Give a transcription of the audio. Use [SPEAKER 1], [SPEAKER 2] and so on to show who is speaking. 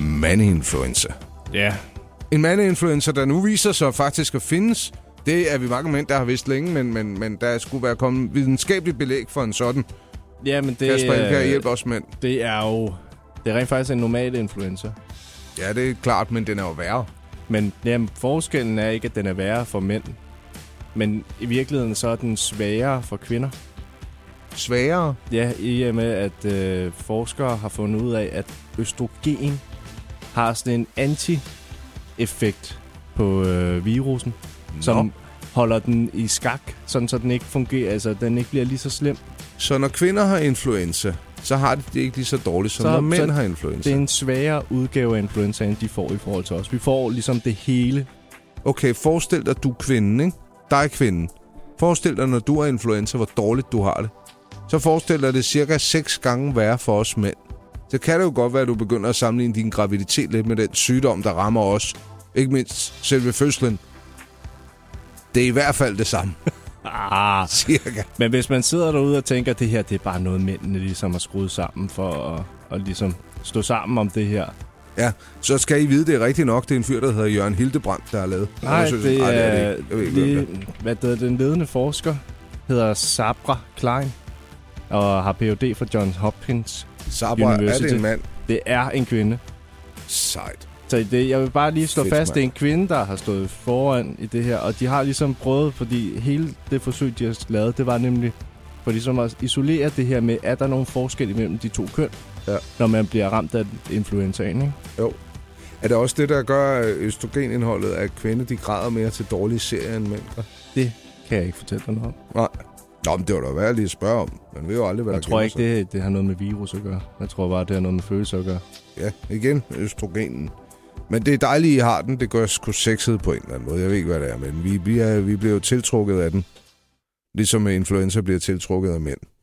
[SPEAKER 1] mandeinfluenza.
[SPEAKER 2] Ja.
[SPEAKER 1] En mandeinfluenza, der nu viser sig faktisk at findes. Det er vi mange mænd, der har vidst længe, men, men, men der skulle være kommet videnskabeligt belæg for en sådan.
[SPEAKER 2] Ja, men det,
[SPEAKER 1] Kasper Elkjær,
[SPEAKER 2] øh,
[SPEAKER 1] hjælp os mænd.
[SPEAKER 2] det er jo... Det er rent faktisk en normal influenza.
[SPEAKER 1] Ja, det er klart, men den er jo værre.
[SPEAKER 2] Men jamen, forskellen er ikke, at den er værre for mænd. Men i virkeligheden så er den sværere for kvinder.
[SPEAKER 1] Sværere.
[SPEAKER 2] Ja, i og med, at øh, forskere har fundet ud af, at østrogen har sådan en anti-effekt på øh, virusen, Nå. som holder den i skak, sådan så den ikke fungerer, altså den ikke bliver lige så slem.
[SPEAKER 1] Så når kvinder har influenza, så har de det ikke lige så dårligt, som så,
[SPEAKER 2] Så-
[SPEAKER 1] når mænd
[SPEAKER 2] så-
[SPEAKER 1] har influenza.
[SPEAKER 2] Det er en sværere udgave af influenzaen, de får i forhold til os. Vi får ligesom det hele.
[SPEAKER 1] Okay, forestil dig, du er kvinden, ikke? Dig er kvinden. Forestil dig, når du har influenza, hvor dårligt du har det. Så forestil dig, det er cirka 6 gange værre for os mænd. Så kan det jo godt være, at du begynder at sammenligne din graviditet lidt med den sygdom, der rammer os. Ikke mindst selve fødslen. Det er i hvert fald det samme,
[SPEAKER 2] Ah.
[SPEAKER 1] cirka.
[SPEAKER 2] Men hvis man sidder derude og tænker, at det her det er bare noget, mændene ligesom har skruet sammen for at, at ligesom stå sammen om det her.
[SPEAKER 1] Ja, så skal I vide, det er rigtigt nok, det er en fyr, der hedder Jørgen Hildebrandt, der har lavet. undersøgelsen. Ej,
[SPEAKER 2] Altså, det
[SPEAKER 1] ikke. Jeg ved ikke, hvem det er.
[SPEAKER 2] lige, hvad det er, den ledende forsker hedder Sabra Klein og har Ph.D. fra Johns Hopkins.
[SPEAKER 1] Sabra, er det
[SPEAKER 2] University.
[SPEAKER 1] en mand?
[SPEAKER 2] Det er en kvinde.
[SPEAKER 1] Sejt.
[SPEAKER 2] Så det, jeg vil bare lige slå
[SPEAKER 1] Fedt,
[SPEAKER 2] Fedt, fast,
[SPEAKER 1] mand.
[SPEAKER 2] det er en kvinde, der har stået foran i det her, og de har ligesom prøvet, fordi hele det forsøg, de har lavet, det var nemlig for ligesom at isolere det her med, er der nogen forskel imellem de to køn,
[SPEAKER 1] Ja.
[SPEAKER 2] når man bliver ramt af influenzaen, ikke?
[SPEAKER 1] Jo. Er det også det, der gør øh, østrogenindholdet, at kvinder de græder mere til dårlige serier end mænd? gør?
[SPEAKER 2] Det kan jeg ikke fortælle dig noget om.
[SPEAKER 1] Nej. Nå, men det var da værd lige at spørge om. Man ved jo aldrig, hvad
[SPEAKER 2] Jeg
[SPEAKER 1] der
[SPEAKER 2] tror
[SPEAKER 1] gemmer
[SPEAKER 2] ikke,
[SPEAKER 1] sig.
[SPEAKER 2] det, det har noget med virus at gøre. Jeg tror bare, det har noget med følelser at gøre.
[SPEAKER 1] Ja, igen, østrogenen. Men det er dejligt, I har den. Det gør sgu sexet på en eller anden måde. Jeg ved ikke, hvad det er, men vi, vi, er, vi bliver jo tiltrukket af den. Ligesom influenza bliver tiltrukket af mænd.